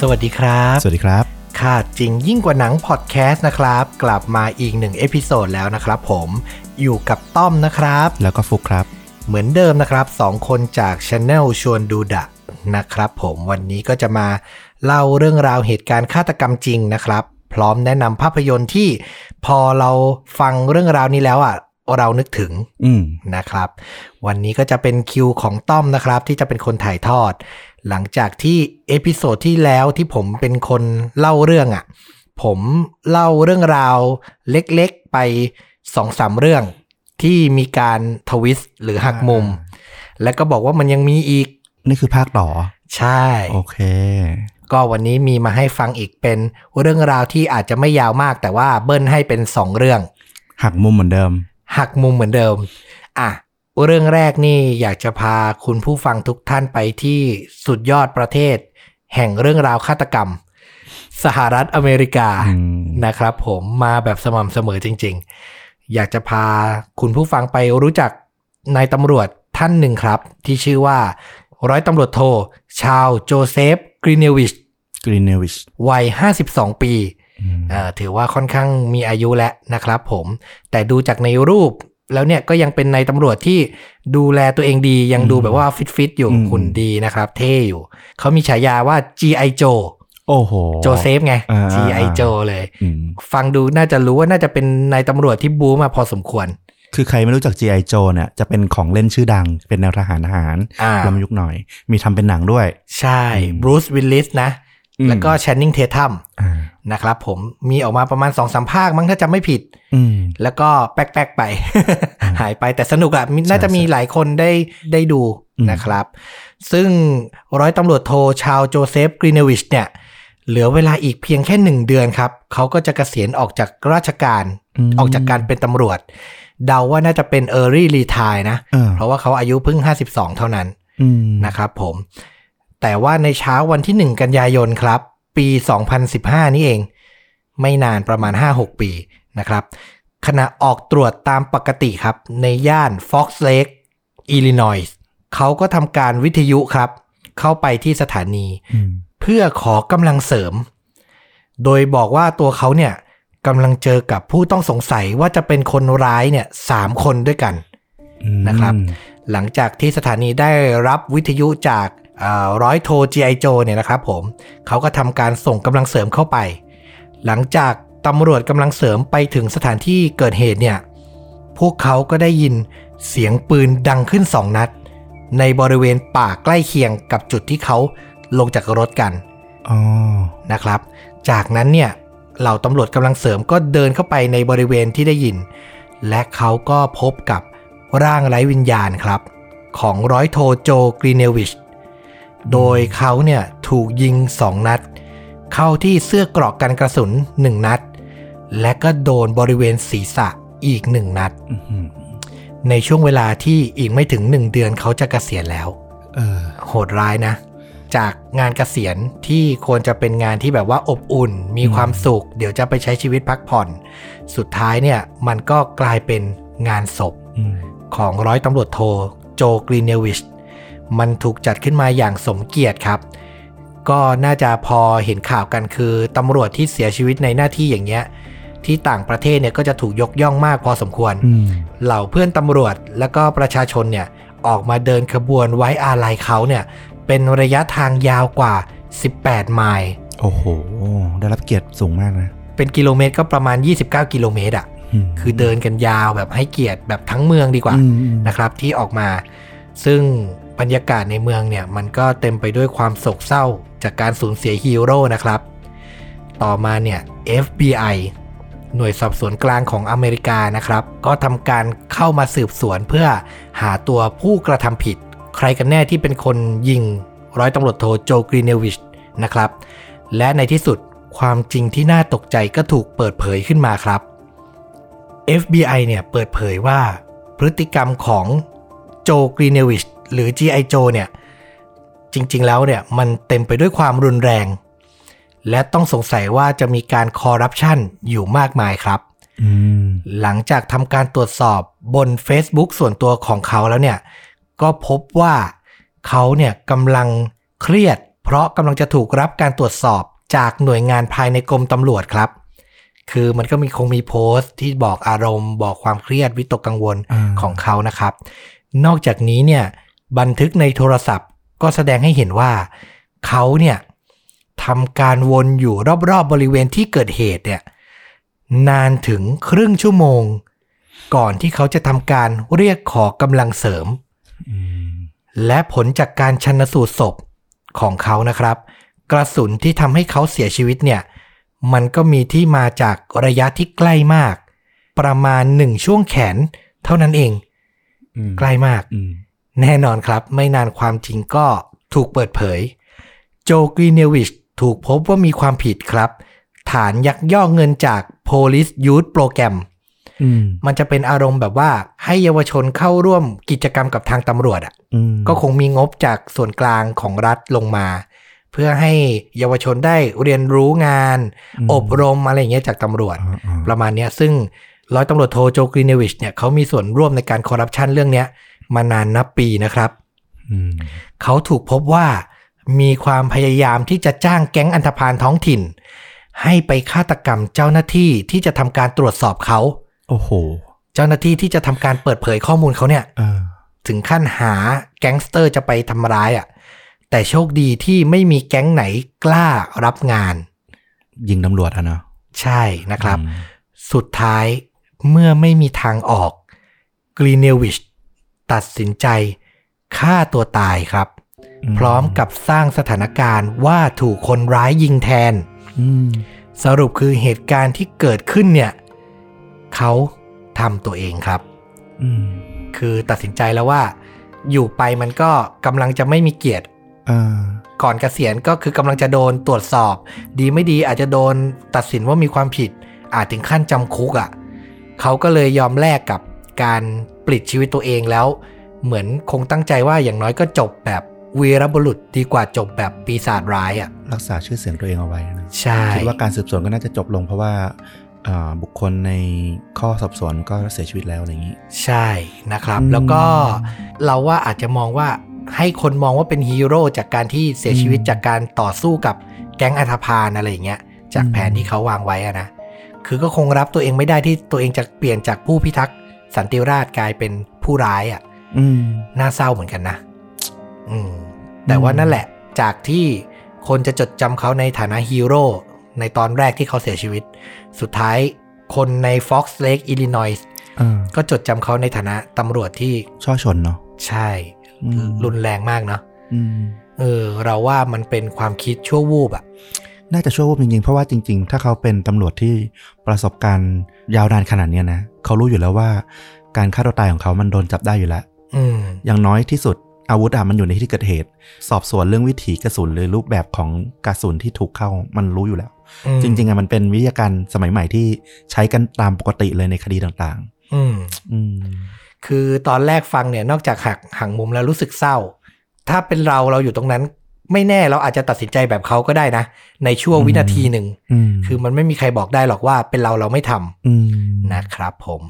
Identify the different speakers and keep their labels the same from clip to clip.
Speaker 1: สวัสดีครับ
Speaker 2: สวัสดีครับ
Speaker 1: ค่ะจริงยิ่งกว่าหนังพอดแคสต์นะครับ กลับมาอีกหนึ่งเอพิโซดแล้วนะครับผมอยู่กับต้อมนะครับ
Speaker 2: แล้วก็ฟุกครับ
Speaker 1: เหมือนเดิมนะครับสองคนจากช anel ชวนดูดะนะครับผมวันนี้ก็จะมาเล่าเรื่องราวเหตุการณ์ฆาตกรรมจริงนะครับ พร้อมแนะนำภาพยนตร์ที่พอเราฟังเรื่องราวนี้แล้วอ่ะเรานึกถึง
Speaker 2: อืม
Speaker 1: นะครับวันนี้ก็จะเป็นคิวของต้อมนะครับ ที่จะเป็นคนถ่ายทอด หลังจากที่เอพิโซดที่แล้วที่ผมเป็นคนเล่าเรื่องอะ่ะผมเล่าเรื่องราวเล็กๆไปสองสามเรื่องที่มีการทวิสต์หรือหักมุม แล้วก็บอกว่ามันยังมีอีก
Speaker 2: นี่คือภาคต่อ
Speaker 1: ใช่
Speaker 2: โอเค
Speaker 1: ก็วันนี้มีมาให้ฟังอีกเป็นเรื่องราวที่อาจจะไม่ยาวมาก แต่ว่าเบิ้ลให้เป็นสองเรื่อง
Speaker 2: หักมุมเหมือนเดิม
Speaker 1: หักมุมเหมือนเดิม อ่ะ เรื่องแรกนี่อยากจะพาคุณผู้ฟังทุกท่านไปที่สุดยอดประเทศ แห่งเรื่องราวฆาตกรรม สหรัฐอเมริกา
Speaker 2: อืม
Speaker 1: นะครับผมมาแบบสม่ำเสมอจริง ๆ อยากจะพาคุณผู้ฟังไปรู้จักนายตำรวจท่านหนึ่งครับ ที่ชื่อว่า ร้อยตำรวจโท ชาวโจเซฟกรีเนวิช
Speaker 2: กรีนเนวิช
Speaker 1: วัย 52 ปี อ่าถือว่าค่อนข้างมีอายุแล้วนะครับผม แต่ดูจากในรูปแล้วเนี่ยก็ยังเป็นนายตำรวจที่ดูแลตัวเองดียังดูแบบว่าฟิตฟิตๆอยู่
Speaker 2: อืม
Speaker 1: หุ่นดีนะครับ เท่อยู่ เขามีฉายาว่า G.I. Joe
Speaker 2: โอ้โห
Speaker 1: โจเซฟไง
Speaker 2: อ่า
Speaker 1: G.I. Joe เลย
Speaker 2: อืม
Speaker 1: ฟังดูน่าจะรู้ว่าน่าจะเป็นนายตำรวจที่บูมาพอสมควร
Speaker 2: คือใครไม่รู้จัก G.I. Joe เนี่ย จะเป็นของเล่นชื่อดัง เป็นแนวทหารทหาร
Speaker 1: อ่า
Speaker 2: ลำยุคหน่อย มีทำเป็นหนังด้วย
Speaker 1: ใช่บรูซวิลลิสนะ
Speaker 2: อืม
Speaker 1: แล้วก็แชนนิงเททัม
Speaker 2: อ่า
Speaker 1: นะครับผมมีออกมาประมาณ2องสามภาคมั้งถ้าจำไม่ผิด
Speaker 2: อืม
Speaker 1: แล้วก็แป๊กๆไป หายไปแต่สนุกอะมีน่าจะมีหลายคนได้ได้ดู
Speaker 2: อืม
Speaker 1: นะครับ ซึ่งร้อยตำรวจโทชาวโจเซฟกรีเนวิชเนี่ย เหลือเวลาอีกเพียงแค่หนึ่งเดือนครับ เขาก็จะเกษียณออกจากราชการ
Speaker 2: ม
Speaker 1: ออกจากการเป็นตำรวจ เดาว่าน่าจะเป็น Early Retire นะ
Speaker 2: เออ
Speaker 1: เพราะว่าเขาอายุเพิ่ง 52 เท่านั้น
Speaker 2: อืม
Speaker 1: นะครับผม แต่ว่าในเช้าวันที่ 1 กันยายนครับ ปี 2015 นี่เอง ไม่นานประมาณ 5-6 ปีนะครับ ขณะออกตรวจตามปกติครับ ในย่าน Fox Lake Illinois เขาก็ทำการวิทยุครับ เข้าไปที่สถานี
Speaker 2: อืม
Speaker 1: เพื่อขอกำลังเสริม โดยบอกว่าตัวเขาเนี่ยกำลังเจอกับผู้ต้องสงสัยว่าจะเป็นคนร้ายเนี่ยสามคนด้วยกัน
Speaker 2: อืม
Speaker 1: นะครับ หลังจากที่สถานีได้รับวิทยุจากเอ่อร้อยโทจีไอโจเนี่ยนะครับผมเขาก็ทำการส่งกำลังเสริมเข้าไป หลังจากตำรวจกำลังเสริมไปถึงสถานที่เกิดเหตุเนี่ยพวกเขาก็ได้ยินเสียงปืนดังขึ้นสองนัด ในบริเวณป่าใกล้เคียงกับจุดที่เขาลงจากรถกัน
Speaker 2: อ๋อ
Speaker 1: นะครับ จากนั้นเนี่ยเหล่าตำรวจกำลังเสริมก็เดินเข้าไปในบริเวณที่ได้ยิน และเขาก็พบกับร่างไร้วิญญาณครับ ของร้อยโทโจกรีเนวิช โดยเขาเนี่ยถูกยิงสองนัด เข้าที่เสื้อเกราะกันกระสุนหนึ่งนัด และก็โดนบริเวณศีรษะอีกหนึ่งนัด
Speaker 2: อืม
Speaker 1: ในช่วงเวลาที่อีกไม่ถึงหนึ่งเดือนเขาจะเกษียณแล้ว
Speaker 2: เออ
Speaker 1: โหดร้ายนะ จากงานเกษียณที่ควรจะเป็นงานที่แบบว่าอบอุ่น มีความสุข เดี๋ยวจะไปใช้ชีวิตพักผ่อน สุดท้ายเนี่ยมันก็กลายเป็นงานศพ
Speaker 2: อืม
Speaker 1: ของร้อยตำรวจโทโจกรีเนวิช มันถูกจัดขึ้นมาอย่างสมเกียรติครับ ก็น่าจะพอเห็นข่าวกันคือตำรวจที่เสียชีวิตในหน้าที่อย่างเงี้ย ที่ต่างประเทศเนี่ยก็จะถูกยกย่องมากพอสมควร
Speaker 2: อืม
Speaker 1: เหล่าเพื่อนตำรวจและก็ประชาชนเนี่ยออกมาเดินขบวนไว้อาลัยเขาเนี่ยเป็นระยะทางยาวกว่า 18 ไมล์
Speaker 2: โอ้โห ได้รับเกียรติสูงมากนะ
Speaker 1: เป็นกิโลเมตรก็ประมาณ 29 กิโลเมตรอะ่ะ
Speaker 2: ม
Speaker 1: คือเดินกันยาวแบบให้เกียรติแบบทั้งเมืองดีกว่า
Speaker 2: อืมอืม
Speaker 1: นะครับที่ออกมา ซึ่งบรรยากาศในเมืองเนี่ยมันก็เต็มไปด้วยความโศกเศร้าจากการสูญเสียฮีโร่นะครับ ต่อมาเนี่ย FBI หน่วยสอบสวนกลางของอเมริกานะครับ ก็ทำการเข้ามาสืบสวนเพื่อหาตัวผู้กระทำผิด ใครกันแน่ที่เป็นคนยิงร้อยตำรวจโทโจกรีเนวิชนะครับ และในที่สุดความจริงที่น่าตกใจก็ถูกเปิดเผยขึ้นมาครับ FBI เนี่ยเปิดเผยว่าพฤติกรรมของโจกรีเนวิชหรือ G.I. Joe เนี่ยจริงๆแล้วเนี่ยมันเต็มไปด้วยความรุนแรง และต้องสงสัยว่าจะมีการคอร์รัปชันอยู่มากมายครับ
Speaker 2: อืม
Speaker 1: หลังจากทำการตรวจสอบบน Facebook ส่วนตัวของเขาแล้วเนี่ย ก็พบว่าเขาเนี่ยกำลังเครียด เพราะกำลังจะถูกรับการตรวจสอบจากหน่วยงานภายในกรมตำรวจครับ คือมันก็มีคงมีโพสต์ที่บอกอารมณ์ บอกความเครียดวิตกกังวล
Speaker 2: อ่า
Speaker 1: ของเขานะครับ นอกจากนี้เนี่ยบันทึกในโทรศัพท์ก็แสดงให้เห็นว่า เขาเนี่ยทำการวนอยู่รอบๆบบริเวณที่เกิดเหตุเนี่ยนานถึงครึ่งชั่วโมง ก่อนที่เขาจะทำการเรียกขอกำลังเสริม
Speaker 2: อืม
Speaker 1: และผลจากการชันสูตรศพของเขานะครับ กระสุนที่ทำให้เขาเสียชีวิตเนี่ย มันก็มีที่มาจากระยะที่ใกล้มาก ประมาณหนึ่งช่วงแขน เท่านั้นเอง
Speaker 2: อืม
Speaker 1: ใกล้มาก
Speaker 2: อืม
Speaker 1: แน่นอนครับ ไม่นานความจริงก็ถูกเปิดเผย โจกรีเนวิชถูกพบว่ามีความผิดครับ ฐานยักยอกเงินจาก Police Youth Program
Speaker 2: อืม
Speaker 1: มันจะเป็นอารมณ์แบบว่าให้เยาวชนเข้าร่วมกิจกรรมกับทางตำรวจอะ
Speaker 2: อืม
Speaker 1: ก็คงมีงบจากส่วนกลางของรัฐลงมา เพื่อให้เยาวชนได้เรียนรู้งาน อบรมอะไรอย่างเงี้ยจากตำรวจ
Speaker 2: อ่าอ่า
Speaker 1: ประมาณเนี้ยซึ่งร้อยตำรวจโทโจกรีเนวิชเนี่ยเขามีส่วนร่วมในการคอร์รัปชันเรื่องเนี้ย มานานนับปีนะครับ
Speaker 2: อืม
Speaker 1: เขาถูกพบว่ามีความพยายามที่จะจ้างแก๊งอันธพาลท้องถิ่น ให้ไปฆาตกรรมเจ้าหน้าที่ที่จะทำการตรวจสอบเขา
Speaker 2: โอ้โห
Speaker 1: เจ้าหน้าที่ที่จะทำการเปิดเผยข้อมูลเขาเนี่ย
Speaker 2: เออ
Speaker 1: ถึงขั้นหาแก๊งสเตอร์จะไปทำร้ายอะ่ะ แต่โชคดีที่ไม่มีแก๊งไหนกล้ารับงาน
Speaker 2: ยิงตำรวจอะเนาะ
Speaker 1: ใช่นะครับ
Speaker 2: อืม
Speaker 1: สุดท้ายเมื่อไม่มีทางออกกรีเนวิชตัดสินใจฆ่าตัวตายครับ พร้อมกับสร้างสถานการณ์ว่าถูกคนร้ายยิงแทน
Speaker 2: อืม
Speaker 1: สรุปคือเหตุการณ์ที่เกิดขึ้นเนี่ย เขาทำตัวเองครับ
Speaker 2: อืม
Speaker 1: คือตัดสินใจแล้วว่า อยู่ไปมันก็กำลังจะไม่มีเกียรติ
Speaker 2: อ่า
Speaker 1: ก่อนเกษียณก็คือกำลังจะโดนตรวจสอบ ดีไม่ดีอาจจะโดนตัดสินว่ามีความผิด อาจถึงขั้นจำคุกอ่ะเขาก็เลยยอมแลกกับการปลิดชีวิตตัวเองแล้ว เหมือนคงตั้งใจว่าอย่างน้อยก็จบแบบวีรบุรุษดีกว่าจบแบบปีศาจร้ายอ่ะ
Speaker 2: รักษาชื่อเสียงตัวเองเอาไว้นะ
Speaker 1: ใช่
Speaker 2: คิดว่าการสืบสวนก็น่าจะจบลงเพราะว่าอ่าบุคคลในข้อสอบสวนก็เสียชีวิตแล้วอะไรอย่างนี้
Speaker 1: ใช่นะครับ
Speaker 2: อืม
Speaker 1: แล้วก็เราว่าอาจจะมองว่าให้คนมองว่าเป็นฮีโร่จากการที่เสียชีวิตจากการต่อสู้กับแก๊งอัธพาลอะไรอย่างเงี้ย จากแผนที่เขาวางไว้อะนะ คือก็คงรับตัวเองไม่ได้ที่ตัวเองจะเปลี่ยนจากผู้พิทักษ์สันติราษฎร์กลายเป็นผู้ร้ายอะ่ะ
Speaker 2: อืม
Speaker 1: น่าเศร้าเหมือนกันนะ อืม แต่ว่า
Speaker 2: อืม
Speaker 1: นั่นแหละ จากที่คนจะจดจำเขาในฐานะฮีโร่ ในตอนแรกที่เขาเสียชีวิต สุดท้ายคนใน Fox Lake Illinois
Speaker 2: อ่า
Speaker 1: ก็จดจำเขาในฐานะตำรวจที่
Speaker 2: ช่อชนเนาะ
Speaker 1: ใช่
Speaker 2: อืม
Speaker 1: รุนแรงมากเนาะ
Speaker 2: อืม
Speaker 1: เออ เราว่ามันเป็นความคิดชั่ววูบอะ
Speaker 2: น่าจะชั่ววูบจริงๆ เพราะว่าจริงๆ ถ้าเขาเป็นตำรวจที่ประสบการณ์ยาวนานขนาดเนี้ยนะ เขารู้อยู่แล้วว่าการฆ่าตัวตายของเขามันโดนจับได้อยู่แล้ว
Speaker 1: อืม
Speaker 2: อย่างน้อยที่สุดอาวุธอะมันอยู่ในที่เกิดเหตุ สอบสวนเรื่องวิถีกระสุนหรือรูปแบบของกระสุนที่ถูกเข้ามันรู้อยู่แล้ว
Speaker 1: อืม
Speaker 2: จริงๆอะมันเป็นวิทยาการสมัยใหม่ที่ใช้กันตามปกติเลยในคดีต่าง
Speaker 1: อืม
Speaker 2: ๆ อืม
Speaker 1: คือตอนแรกฟังเนี่ยนอกจากหักหังมุมแล้วรู้สึกเศร้า ถ้าเป็นเราเราอยู่ตรงนั้น ไม่แน่เราอาจจะตัดสินใจแบบเขาก็ได้นะ ในช่วง
Speaker 2: อืม
Speaker 1: วินาทีหนึ่ง
Speaker 2: อืม
Speaker 1: คือมันไม่มีใครบอกได้หรอกว่าเป็นเราเราไม่ทำ
Speaker 2: อืม
Speaker 1: นะครับ ผม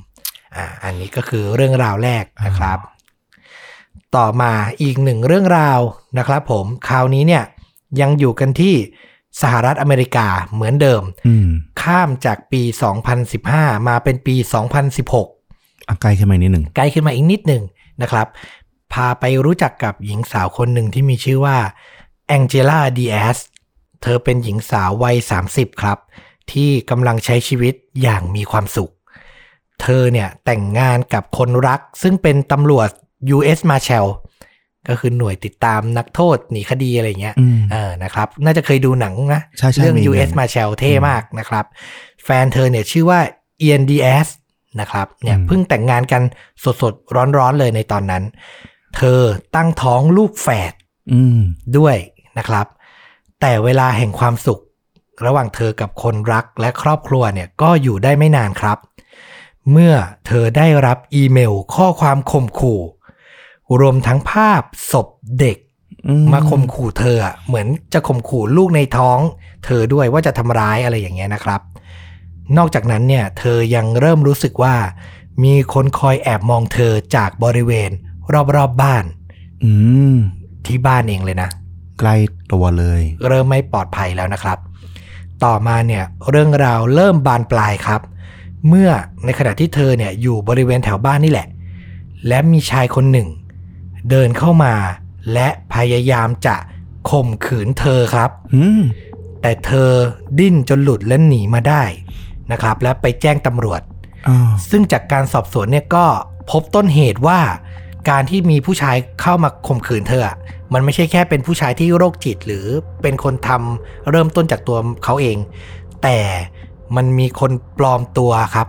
Speaker 1: อ่าอันนี้ก็คือเรื่องราวแรกนะครับ ต่อมาอีกหนึ่งเรื่องราวนะครับ ผมคราวนี้เนี่ยยังอยู่กันที่สหรัฐอเมริกาเหมือนเดิม
Speaker 2: อืม
Speaker 1: ข้ามจากปี 2015 มาเป็นปี 2016
Speaker 2: อ่ะไกลขึ้นมาอีกนิดหนึ่ง
Speaker 1: ไกลขึ้นมาอีกนิดหนึ่งนะครับ พาไปรู้จักกับหญิงสาวคนหนึ่งที่มีชื่อว่าแองเจล่าดีแอสเธอเป็นหญิงสาววัย 30 ครับ ที่กำลังใช้ชีวิตอย่างมีความสุข เธอเนี่ยแต่งงานกับคนรักซึ่งเป็นตำรวจ U.S. Marshal ก็คือหน่วยติดตามนักโทษหนีคดีอะไรอย่างเงี้ย
Speaker 2: อืม
Speaker 1: เออ นะครับ น่าจะเคยดูหนังนะ
Speaker 2: ใช่ใช่
Speaker 1: เรื่อง
Speaker 2: มี
Speaker 1: U.S.
Speaker 2: หนัง
Speaker 1: Marshal เท่มากนะครับ แฟนเธอเนี่ยชื่อว่า i a n d s นะครับ เนี่ย
Speaker 2: อืม
Speaker 1: เพิ่งแต่งงานกันสดๆ ร้อนๆ เลยในตอนนั้น เธอตั้งท้องลูกแฝด
Speaker 2: อืม
Speaker 1: ด้วยนะครับ แต่เวลาแห่งความสุข ระหว่างเธอกับคนรักและครอบครัวเนี่ยก็อยู่ได้ไม่นานครับ เมื่อเธอได้รับอีเมลข้อความข่มขู่ รวมทั้งภาพศพเด็ก
Speaker 2: อื
Speaker 1: มาข่มขู่เธออะเหมือนจะข่มขู่ลูกในท้อง เธอด้วยว่าจะทำร้ายอะไรอย่างเงี้ยนะครับ นอกจากนั้นเนี่ยเธอยังเริ่มรู้สึกว่า มีคนคอยแอบมองเธอจากบริเวณรอบๆบบ้าน
Speaker 2: อืม
Speaker 1: ที่บ้านเองเลยนะ
Speaker 2: ใกล้ตัวเลย
Speaker 1: เริ่มไม่ปลอดภัยแล้วนะครับ ต่อมาเนี่ยเรื่องราวเริ่มบานปลายครับ เมื่อในขณะที่เธอเนี่ยอยู่บริเวณแถวบ้านนี่แหละ และมีชายคนหนึ่ง เดินเข้ามาและพยายามจะข่มขืนเธอครับ
Speaker 2: อืม
Speaker 1: แต่เธอดิ้นจนหลุดและหนีมาได้นะครับ และไปแจ้งตำรวจ
Speaker 2: อ้าว
Speaker 1: ซึ่งจากการสอบสวนเนี่ยก็พบต้นเหตุว่า การที่มีผู้ชายเข้ามาข่มขืนเธออะมันไม่ใช่แค่เป็นผู้ชายที่โรคจิตหรือเป็นคนทำเริ่มต้นจากตัวเขาเอง แต่มันมีคนปลอมตัวครับ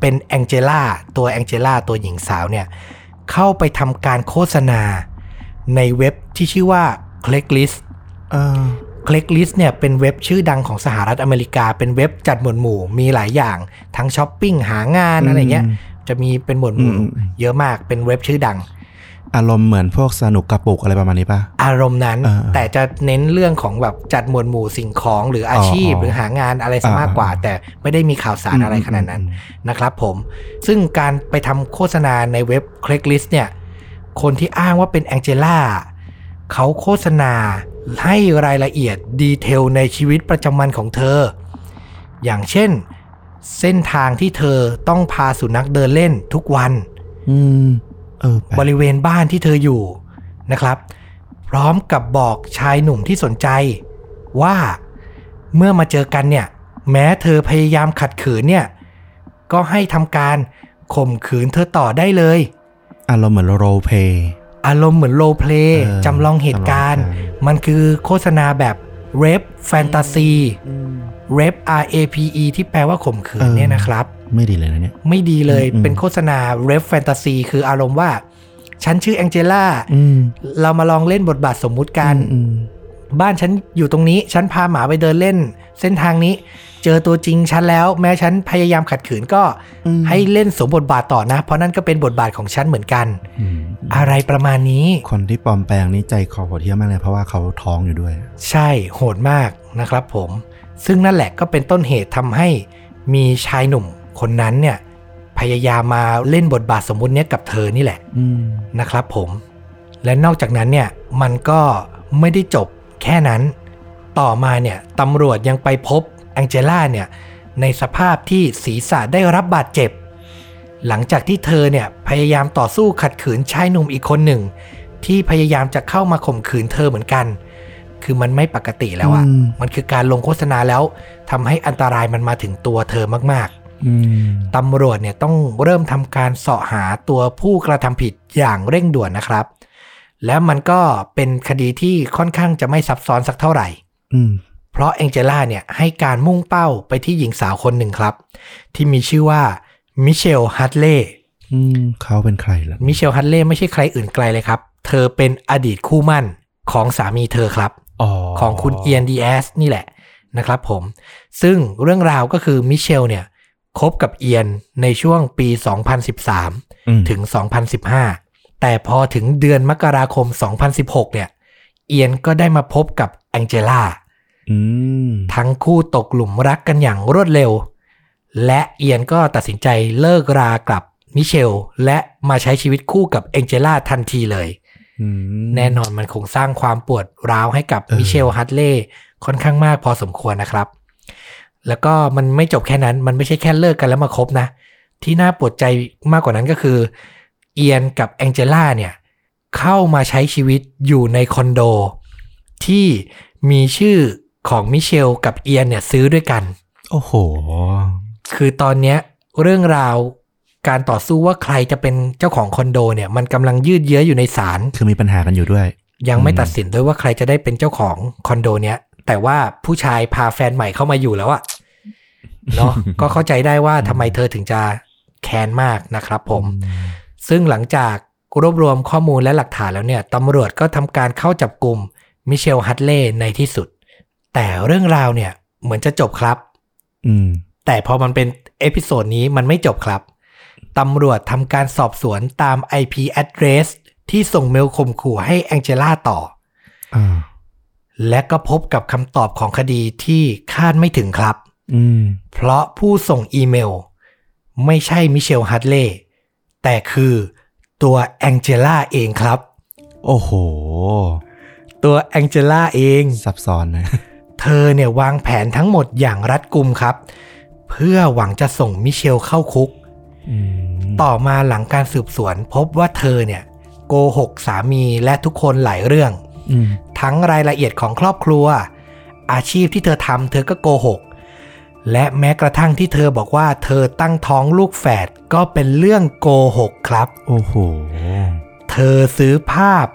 Speaker 1: เป็นแองเจล่าตัวแองเจล่าตัวหญิงสาวเนี่ยเข้าไปทำการโฆษณา ในเว็บที่ชื่อว่า Craigslist
Speaker 2: เออ
Speaker 1: c l i c k l i s t เนี่ยเป็นเว็บชื่อดังของสหรัฐอเมริกา เป็นเว็บจัดหมวดหมู่มีหลายอย่างทั้งช้อปปิ้งหางานอะไรเงี้ย
Speaker 2: อืม
Speaker 1: จะมีเป็นหมวดหมู่
Speaker 2: อืมอืม
Speaker 1: เยอะมากเป็นเว็บชื่อดัง
Speaker 2: อารมณ์เหมือนพวกสนุกกระปุกอะไรประมาณนี้ป่ะ
Speaker 1: อารมณ์นั้น
Speaker 2: อ่าๆ
Speaker 1: แต่จะเน้นเรื่องของแบบจัดหมวดหมู่สิ่งของหรืออาชีพ
Speaker 2: อ๋อ
Speaker 1: หรือหางานอะไร
Speaker 2: อ่าม
Speaker 1: ซะากกว่า แต่ไม่ได้มีข่าวสาร
Speaker 2: อืม
Speaker 1: อะไรขนาดนั้น
Speaker 2: อืม
Speaker 1: นะครับผมซึ่งการไปทำโฆษณาในเว็บ Craigslist เนี่ยคนที่อ้างว่าเป็นแองเจล่าเขาโฆษณาให้รายละเอียดดีเทลในชีวิตประจำวันของเธอ อย่างเช่น เส้นทางที่เธอต้องพาสุนัขเดินเล่นทุกวัน
Speaker 2: อืม เออแปลก
Speaker 1: บริเวณบ้านที่เธออยู่นะครับ พร้อมกับบอกชายหนุ่มที่สนใจว่าเมื่อมาเจอกันเนี่ย แม้เธอพยายามขัดขืนเนี่ย ก็ให้ทำการข่มขืนเธอต่อได้เลย
Speaker 2: อารมณ์เหมือนโรลเพย์
Speaker 1: อารมณ์เหมือนโลเพลย์
Speaker 2: เออ
Speaker 1: จำลองเหตุการณ์
Speaker 2: จำลองเหตุการณ์
Speaker 1: มันคือโฆษณาแบบเรฟแฟนตาซีเรฟ R A P E ที่แปลว่าข่มขืนเนี่ยนะครับ
Speaker 2: ไม่ดีเลยนะเนี่ย
Speaker 1: ไม่ดีเลย
Speaker 2: อืม
Speaker 1: เป็นโฆษณาเรฟแฟนตาซีคืออารมณ์ว่า ฉันชื่อแองเจล่า
Speaker 2: อืม
Speaker 1: เรามาลองเล่นบทบาทสมมุติกัน
Speaker 2: อืม
Speaker 1: บ้านฉันอยู่ตรงนี้ ฉันพาหมาไปเดินเล่น เส้นทางนี้ เจอตัวจริงฉันแล้ว แม้ฉันพยายามขัดขืนก็
Speaker 2: อืม
Speaker 1: ให้เล่นสวมบทบาทต่อนะ เพราะนั่นก็เป็นบทบาทของฉันเหมือนกัน
Speaker 2: อืม
Speaker 1: อะไรประมาณนี้
Speaker 2: คนที่ปลอมแปลงนี้ใจคอโหดเหี้ยมมากเลยเพราะว่าเขาท้องอยู่ด้วย
Speaker 1: ใช่โหดมากนะครับผม ซึ่งนั่นแหละก็เป็นต้นเหตุทำให้มีชายหนุ่มคนนั้นเนี่ยพยายามมาเล่นบทบาทสมมุติเนี้ยกับเธอนี่แหละ
Speaker 2: อืม
Speaker 1: นะครับผมและนอกจากนั้นเนี่ยมันก็ไม่ได้จบแค่นั้น ต่อมาเนี่ยตำรวจยังไปพบแองเจล่าเนี่ยในสภาพที่ศีรษะได้รับบาดเจ็บ หลังจากที่เธอเนี่ยพยายามต่อสู้ขัดขืนชายหนุ่มอีกคนหนึ่ง ที่พยายามจะเข้ามาข่มขืนเธอเหมือนกัน คือมันไม่ปกติแล้วอะ่ะ
Speaker 2: อืม
Speaker 1: มันคือการลงโฆษณาแล้วทำให้อันตรายมันมาถึงตัวเธอมากๆ
Speaker 2: อืม
Speaker 1: ตำรวจเนี่ยต้องเริ่มทำการเสาะหาตัวผู้กระทำผิดอย่างเร่งด่วนนะครับ และมันก็เป็นคดีที่ค่อนข้างจะไม่ซับซ้อนสักเท่าไหร่
Speaker 2: อืม
Speaker 1: เพราะแองเจล่าเนี่ยให้การมุ่งเป้าไปที่หญิงสาวคนหนึ่งครับ ที่มีชื่อว่ามิเชลฮัตเล่
Speaker 2: อืม เขาเป็นใครล่ะ
Speaker 1: มิเชลฮัตเล่ไม่ใช่ใครอื่นไกลเลยครับ เธอเป็นอดีตคู่หมั่นของสามีเธอครับ
Speaker 2: อ๋อ
Speaker 1: ของคุณเอียนดีแอสนี่แหละนะครับผม ซึ่งเรื่องราวก็คือมิเชลเนี่ยคบกับเอียนในช่วงปี 2013
Speaker 2: อืม
Speaker 1: ถึง 2015 แต่พอถึงเดือนมกราคม 2016 เนี่ย เอียนก็ได้มาพบกับแองเจล่า
Speaker 2: อืม
Speaker 1: ทั้งคู่ตกหลุมรักกันอย่างรวดเร็ว และเอียนก็ตัดสินใจเลิกรากับมิเชล และมาใช้ชีวิตคู่กับแองเจล่าทันทีเลย
Speaker 2: อืม
Speaker 1: แน่นอนมันคงสร้างความปวดร้าวให้กับ
Speaker 2: เออ
Speaker 1: มิเชลฮัตเล่ค่อนข้างมากพอสมควรนะครับ แล้วก็มันไม่จบแค่นั้น มันไม่ใช่แค่เลิกกันแล้วมาคบนะ ที่น่าปวดใจมากกว่านั้นก็คือ เอียนกับแองเจล่าเนี่ย เข้ามาใช้ชีวิตอยู่ในคอนโด ที่มีชื่อของมิเชลกับเอียนเนี่ยซื้อด้วยกัน
Speaker 2: โอ้โห
Speaker 1: คือตอนเนี้ยเรื่องราวการต่อสู้ว่าใครจะเป็นเจ้าของคอนโดเนี่ยมันกำลังยืดเยื้ออยู่ในศาล
Speaker 2: คือมีปัญหากันอยู่ด้วย
Speaker 1: ยังไม่
Speaker 2: อืม
Speaker 1: ตัดสินด้วยว่าใครจะได้เป็นเจ้าของคอนโดเนี้ย แต่ว่าผู้ชายพาแฟนใหม่เข้ามาอยู่แล้วอะเนาะ ก็เข้าใจได้ว่าทำไมเธอถึงจะแค้นมากนะครับผม ซึ่งหลังจากรวบรวมข้อมูลและหลักฐานแล้วเนี่ยตำรวจก็ทำการเข้าจับกลุ่มมิเชลฮัตเล่ในที่สุด แต่เรื่องราวเนี่ยเหมือนจะจบครับ
Speaker 2: อืม
Speaker 1: แต่พอมันเป็นเอพิโซดนี้มันไม่จบครับ ตำรวจทำการสอบสวนตาม IP address ที่ส่งเมลข่มขู่ให้แองเจล่าต่อ
Speaker 2: อ่า
Speaker 1: และก็พบกับคำตอบของคดีที่คาดไม่ถึงครับ
Speaker 2: อืม
Speaker 1: เพราะผู้ส่งอีเมล ไม่ใช่มิเชลฮัตเล่ แต่คือตัวแองเจล่าเองครับ
Speaker 2: โอ้โห
Speaker 1: ตัวแองเจล่าเอง
Speaker 2: ซับซ้อนนะ
Speaker 1: เธอเนี่ยวางแผนทั้งหมดอย่างรัดกุมครับ เพื่อหวังจะส่งมิเชลเข้าคุก
Speaker 2: อืม
Speaker 1: ต่อมาหลังการสืบสวน พบว่าเธอเนี่ยโกหกสามีและทุกคนหลายเรื่อง
Speaker 2: อืม
Speaker 1: ทั้งรายละเอียดของครอบครัว อาชีพที่เธอทำเธอก็โกหก และแม้กระทั่งที่เธอบอกว่าเธอตั้งท้องลูกแฝดก็เป็นเรื่องโกหกครับ
Speaker 2: โอ้โห
Speaker 1: เธอซื้อภาพ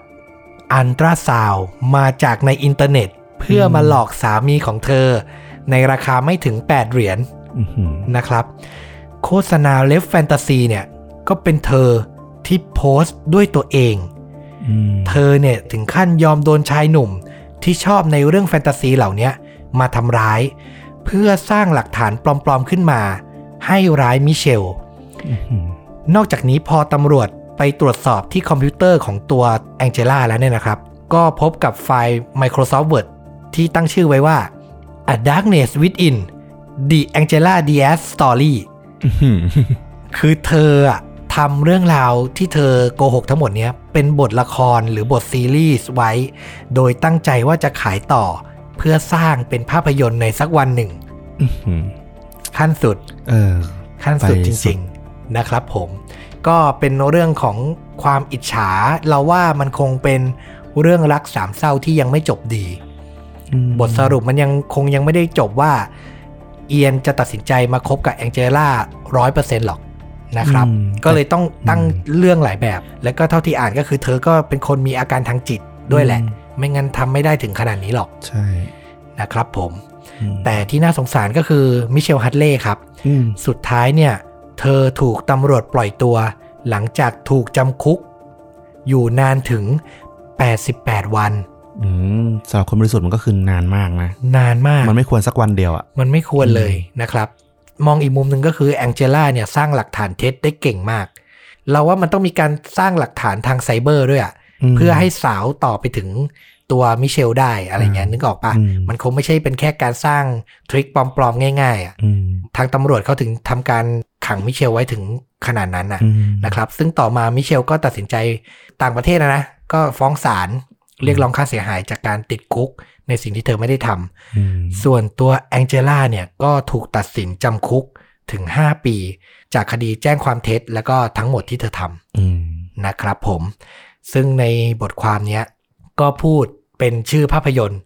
Speaker 1: อันตราซาวด์มาจากในอินเทอร์เน็ต เพื่อมาหลอกสามีของเธอ ในราคาไม่ถึง 8 เหรียญ
Speaker 2: อื้อหือ
Speaker 1: นะครับ โฆษณาเลฟแฟนตาซีเนี่ยก็เป็นเธอที่โพสต์ด้วยตัวเอง
Speaker 2: อืม
Speaker 1: เธอเนี่ยถึงขั้นยอมโดนชายหนุ่มที่ชอบในเรื่องแฟนตาซีเหล่าเนี้ยมาทำร้าย เพื่อสร้างหลักฐานปลอมๆขึ้นมา ให้ร้ายมิเชล
Speaker 2: อื้อหือน
Speaker 1: อกจากนี้พอตำรวจไปตรวจสอบที่คอมพิวเตอร์ของตัวแองเจล่าแล้วเนี่ยนะครับ ก็พบกับไฟล์ Microsoft Word ที่ตั้งชื่อไว้ว่า A Darkness Within The Angela Diaz Story
Speaker 2: อื้อหือ
Speaker 1: คือเธออะทำเรื่องราวที่เธอโกหกทั้งหมดเนี้ยเป็นบทละครหรือบทซีรีส์ไว้ โดยตั้งใจว่าจะขายต่อ เพื่อสร้างเป็นภาพยนตร์ในสักวันหนึ่ง
Speaker 2: อื้อหือ
Speaker 1: ขั้นสุด
Speaker 2: เออ
Speaker 1: ขั้นสุด
Speaker 2: ไป
Speaker 1: จ
Speaker 2: สุด
Speaker 1: ริงๆนะครับผม ก็เป็นเรื่องของความอิจฉาเราว่ามันคงเป็นเรื่องรักสามเศร้าที่ยังไม่จบดี
Speaker 2: อืม
Speaker 1: บทสรุปมันยังคงยังไม่ได้จบว่า เอียนจะตัดสินใจมาคบกับแองเจล่าร้อยเปอร์เซ็นต์หรอกนะครับ
Speaker 2: อืม
Speaker 1: ก็เลยต้องตั้งเรื่องหลายแบบ แล้วก็เท่าที่อ่านก็คือเธอก็เป็นคนมีอาการทางจิตด้วยแหละ
Speaker 2: อืม
Speaker 1: ไม่งั้นทำไม่ได้ถึงขนาดนี้หรอก
Speaker 2: ใช่
Speaker 1: นะครับผม
Speaker 2: อืม
Speaker 1: แต่ที่น่าสงสารก็คือมิเชลฮัตเล่ครับ
Speaker 2: อืม
Speaker 1: สุดท้ายเนี่ย เธอถูกตำรวจปล่อยตัว หลังจากถูกจำคุก อยู่นานถึง 88 วัน
Speaker 2: อืมสำหรับคนบริสุทธิ์มันก็คือนานมากนะ
Speaker 1: นานมาก
Speaker 2: มันไม่ควรสักวันเดียวอ่ะ
Speaker 1: มันไม่ควรเลยนะครับ มองอีกมุมหนึ่งก็คือแองเจล่าเนี่ยสร้างหลักฐานเท็จได้เก่งมาก เราว่ามันต้องมีการสร้างหลักฐานทางไซเบอร์ด้วยอะ
Speaker 2: อืม
Speaker 1: เพื่อให้สาวต่อไปถึงตัวมิเชลได้อะไรเงี้ยนึกออกปะ
Speaker 2: อืม
Speaker 1: มันคงไม่ใช่เป็นแค่การสร้างทริคปลอมๆง่ายๆอะ
Speaker 2: อืม
Speaker 1: ทางตำรวจเขาถึงทำการขังมิเชลไว้ถึงขนาดนั้นอ่ะ
Speaker 2: อืม
Speaker 1: นะครับซึ่งต่อมามิเชลก็ตัดสินใจต่างประเทศนะนะ ก็ฟ้องศาลเรียกร้องค่าเสียหายจากการติดคุก ในสิ่งที่เธอไม่ได้ท
Speaker 2: อืม
Speaker 1: ำส่วนตัวแองเจล่าเนี่ยก็ถูกตัดสินจำคุกถึง 5 ปี จากคดีแจ้งความเท็จ แล้วก็ทั้งหมดที่เธอท
Speaker 2: อืม
Speaker 1: ำนะครับผม ซึ่งในบทความเนี้ยก็พูดเป็นชื่อภาพยนตร์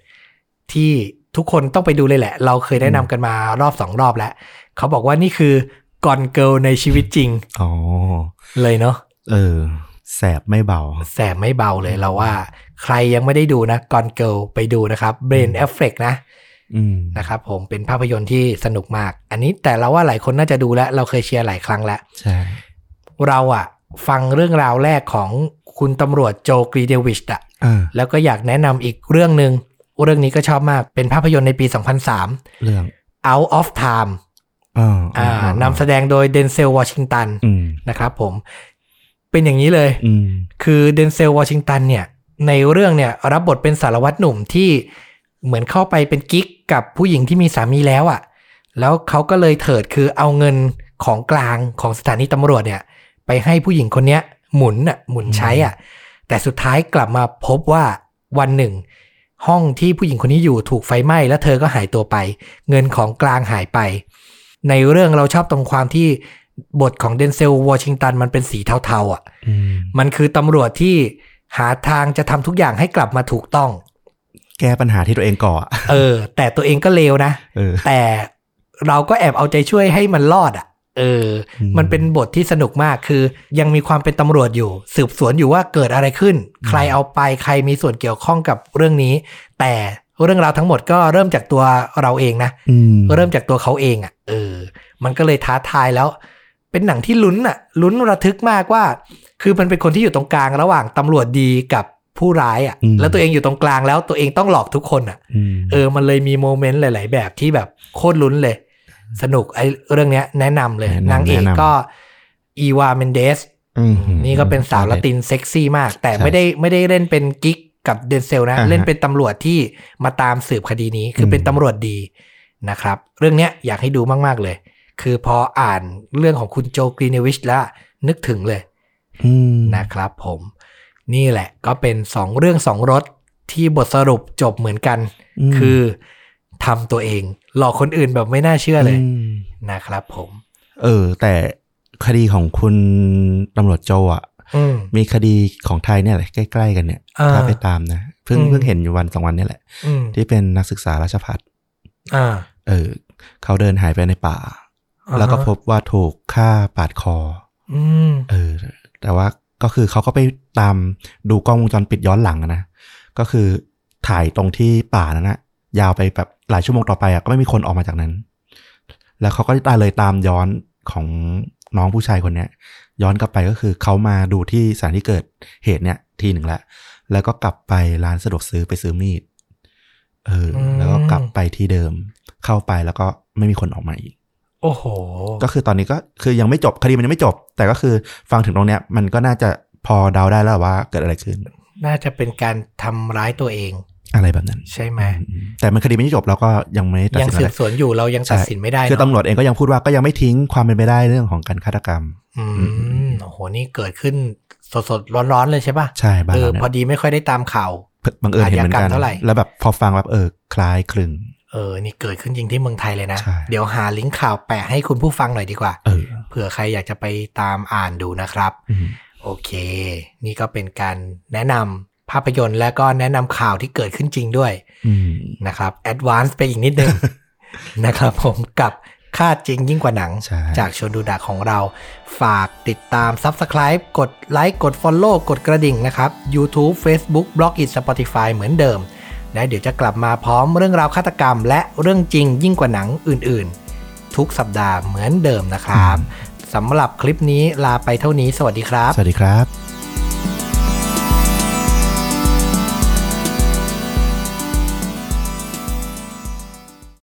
Speaker 1: ที่ทุกคนต้องไปดูเลยแหละ เราเคยแนะนำกันมารอบสองรอบแล้ว เขาบอกว่านี่คือกอนเกิลในชีวิตจริง
Speaker 2: อ๋อ
Speaker 1: เลยเนาะ
Speaker 2: เออ แสบไม่เบา
Speaker 1: แสบไม่เบาเลยเราว่า ใครยังไม่ได้ดูนะกอนเกิลไปดูนะครับเบรนแอฟเฟกนะ
Speaker 2: อืม
Speaker 1: นะครับผมเป็นภาพยนตร์ที่สนุกมาก อันนี้แต่เราว่าหลายคนน่าจะดูแล้ว เราเคยเชียร์หลายครั้งแล้ว
Speaker 2: ใช่
Speaker 1: เราอะฟังเรื่องราวแรกของคุณตำรวจโจกรีเดวิชอะ
Speaker 2: อ่า
Speaker 1: แล้วก็อยากแนะนำอีกเรื่องหนึ่งเรื่องนี้ก็ชอบมากเป็นภาพยนตร์ในปี 2003
Speaker 2: เรื่อง
Speaker 1: Out of Time
Speaker 2: อ่า
Speaker 1: อ่านำแสดงโดยเดนเซลวอชิงตัน
Speaker 2: อืม
Speaker 1: นะครับผมเป็นอย่างนี้เลย
Speaker 2: อืม
Speaker 1: คือเดนเซลวอชิงตันเนี่ยในเรื่องเนี่ยรับบทเป็นสารวัตรหนุ่มที่เหมือนเข้าไปเป็นกิ๊กกับผู้หญิงที่มีสามีแล้วอะ่ะ แล้วเขาก็เลยเถิดคือเอาเงินของกลางของสถานีตำรวจเนี่ยไปให้ผู้หญิงคนเนี้ยหมุนอ่ะหมุนใช้อ่ะแต่สุดท้ายกลับมาพบว่าวันหนึ่ง ห้องที่ผู้หญิงคนนี้อยู่ถูกไฟไหม้แล้วเธอก็หายตัวไป เงินของกลางหายไป ในเรื่องเราชอบตรงความที่บทของเดนเซลวอชิงตันมันเป็นสีเทาๆอ่ะ
Speaker 2: อืม
Speaker 1: มันคือตำรวจที่หาทางจะทำทุกอย่างให้กลับมาถูกต้อง
Speaker 2: แก้ปัญหาที่ตัวเองก่ออะ
Speaker 1: เออ แต่ตัวเองก็เลวนะ
Speaker 2: เออ
Speaker 1: แต่เราก็แอบเอาใจช่วยให้มันรอดอ่ะ เออ
Speaker 2: อืม
Speaker 1: มันเป็นบทที่สนุกมากคือ ยังมีความเป็นตำรวจอยู่ สืบสวนอยู่ว่าเกิดอะไรขึ้น ใครเอาไปใครมีส่วนเกี่ยวข้องกับเรื่องนี้ แต่เรื่องราวทั้งหมดก็เริ่มจากตัวเราเองนะ
Speaker 2: อืม
Speaker 1: เริ่มจากตัวเขาเองอ่ะ เออ มันก็เลยท้าทายแล้ว เป็นหนังที่ลุ้นอ่ะ ลุ้นระทึกมากว่า คือมันเป็นคนที่อยู่ตรงกลางระหว่างตำรวจดีกับผู้ร้ายอ่ะ แล้วตัวเองอยู่ตรงกลางแล้วตัวเองต้องหลอกทุกคนอ่ะ
Speaker 2: อืม
Speaker 1: เออ มันเลยมีโมเมนต์หลาย ๆ แบบที่แบบโคตรลุ้นเลย สนุกไอ้เรื่องเนี้ยแนะนำเลย นางเอกก็อีวาเมนเดส
Speaker 2: ม
Speaker 1: นี่ก็เป็นสาวละตินเซ็กซี่มาก แต่ไม่ได้ไม่ได้เล่นเป็นกิ๊กกับเดนเซลนะ
Speaker 2: อ่าฮะ
Speaker 1: เล่นเป็นตำรวจที่มาตามสืบคดีนี้คืออ
Speaker 2: ม
Speaker 1: เป็นตำรวจดีนะครับ เรื่องเนี้ยอยากให้ดูมาก ๆ เลย คือพออ่านเรื่องของคุณโจกรีเนวิชแล้วนึกถึงเลย
Speaker 2: อืม
Speaker 1: นะครับผม นี่แหละก็เป็น 2 เรื่อง 2 รถ ที่บทสรุปจบเหมือนกัน
Speaker 2: ม
Speaker 1: คือทำตัวเอง หลอกคนอื่นแบบไม่น่าเชื่อเลย
Speaker 2: อืม
Speaker 1: นะครับผม
Speaker 2: เออ แต่คดีของคุณตำรวจโจอ่ะ
Speaker 1: อืม
Speaker 2: มีคดีของไทยเนี่ยแหละใกล้ ๆ กันเนี่ย
Speaker 1: อ่า
Speaker 2: ถ้าไปตามนะ เพิ่ง
Speaker 1: อืม
Speaker 2: เพิ่งเห็นอยู่วันสองวันเนี่ยแหละ
Speaker 1: อืม
Speaker 2: ที่เป็นนักศึกษาราชพัฒ
Speaker 1: อ่า
Speaker 2: เออ เขาเดินหายไปในป่า
Speaker 1: อ่า
Speaker 2: แล้วก็
Speaker 1: ฮะ
Speaker 2: พบว่าถูกฆ่าปาดคอ
Speaker 1: อืม
Speaker 2: เออ แต่ว่าก็คือเขาก็ไปตามดูกล้องวงจรปิดย้อนหลังอะนะ ก็คือถ่ายตรงที่ป่านั้นนะยาวไปแบบหลายชั่วโมงต่อไปอะก็ไม่มีคนออกมาจากนั้น แล้วเขาก็ตามเลยตามย้อนของน้องผู้ชายคนเนี้ย ย้อนกลับไปก็คือเขามาดูที่สถานที่เกิดเหตุเนี่ยทีหนึ่งละแล้วก็กลับไปร้านสะดวกซื้อไปซื้อมีด เออ
Speaker 1: อืม
Speaker 2: แล้วก็กลับไปที่เดิม เข้าไปแล้วก็ไม่มีคนออกมาอีก
Speaker 1: โอ้โห
Speaker 2: ก็คือตอนนี้ก็คือยังไม่จบคดีมันยังไม่จบ แต่ก็คือฟังถึงตรงเนี้ยมันก็น่าจะพอเดาได้แล้วว่าเกิดอะไรขึ้น
Speaker 1: น่าจะเป็นการทำร้ายตัวเอง
Speaker 2: อะไรแบบนั้น
Speaker 1: ใช่ไหม
Speaker 2: อืมแต่มันคดีมันยังไม่จบแล้วก็ยังไม่ตัด
Speaker 1: ยัง
Speaker 2: สิน
Speaker 1: สื
Speaker 2: อะไร
Speaker 1: บสวนอยู่เรายังตัดสินไม่ได้
Speaker 2: คือ
Speaker 1: เนอะ
Speaker 2: ตำรวจเองก็ยังพูดว่าก็ยังไม่ทิ้งความเป็นไปได้เรื่องของการฆาตกรรม
Speaker 1: อืมโอ้โหนี่เกิดขึ้นสดๆร้อนๆเลยใช่ป่ะ
Speaker 2: ใช่บ้าน
Speaker 1: เออ
Speaker 2: เรา
Speaker 1: พอ
Speaker 2: เนี่ย
Speaker 1: ดีไม่ค่อยได้ตามข่าว
Speaker 2: บังเอิญเห็นเหมือนกั
Speaker 1: อาชญากรร
Speaker 2: น
Speaker 1: มเท่าไหร่
Speaker 2: แล้วแบบพอฟังแบบเออคล้ายคลึง
Speaker 1: เออนี่เกิดขึ้นจริงที่เมืองไทยเลยนะ
Speaker 2: ใช่
Speaker 1: เดี๋ยวหาลิงก์ข่าวแปะให้คุณผู้ฟังหน่อยดีกว่า
Speaker 2: เออ
Speaker 1: เผื่อใครอยากจะไปตามอ่านดูนะครับ
Speaker 2: อืม
Speaker 1: โอเค นี่ก็เป็นการแนะนำภาพยนตร์และก็แนะนำข่าวที่เกิดขึ้นจริงด้วย
Speaker 2: อืม
Speaker 1: นะครับแอดวานซ์ไปอีกนิด นึง นะครับผมกับค่าจริงยิ่งกว่าหนัง
Speaker 2: ใช่
Speaker 1: จากชวนดูดะของเรา ฝากติดตาม Subscribe กดไลค์กด Follow กดกระดิ่งนะครับ YouTube Facebook b l o g i t Spotify เหมือนเดิม และเดี๋ยวจะกลับมาพร้อมเรื่องราวฆาตกรรม และเรื่องจริงยิ่งกว่าหนังอื่นๆ ทุกสัปดาห์เหมือนเดิมนะครับสำหรับคลิปนี้ลาไปเท่านี้สวัสดีครับ
Speaker 2: สวัสดีครับ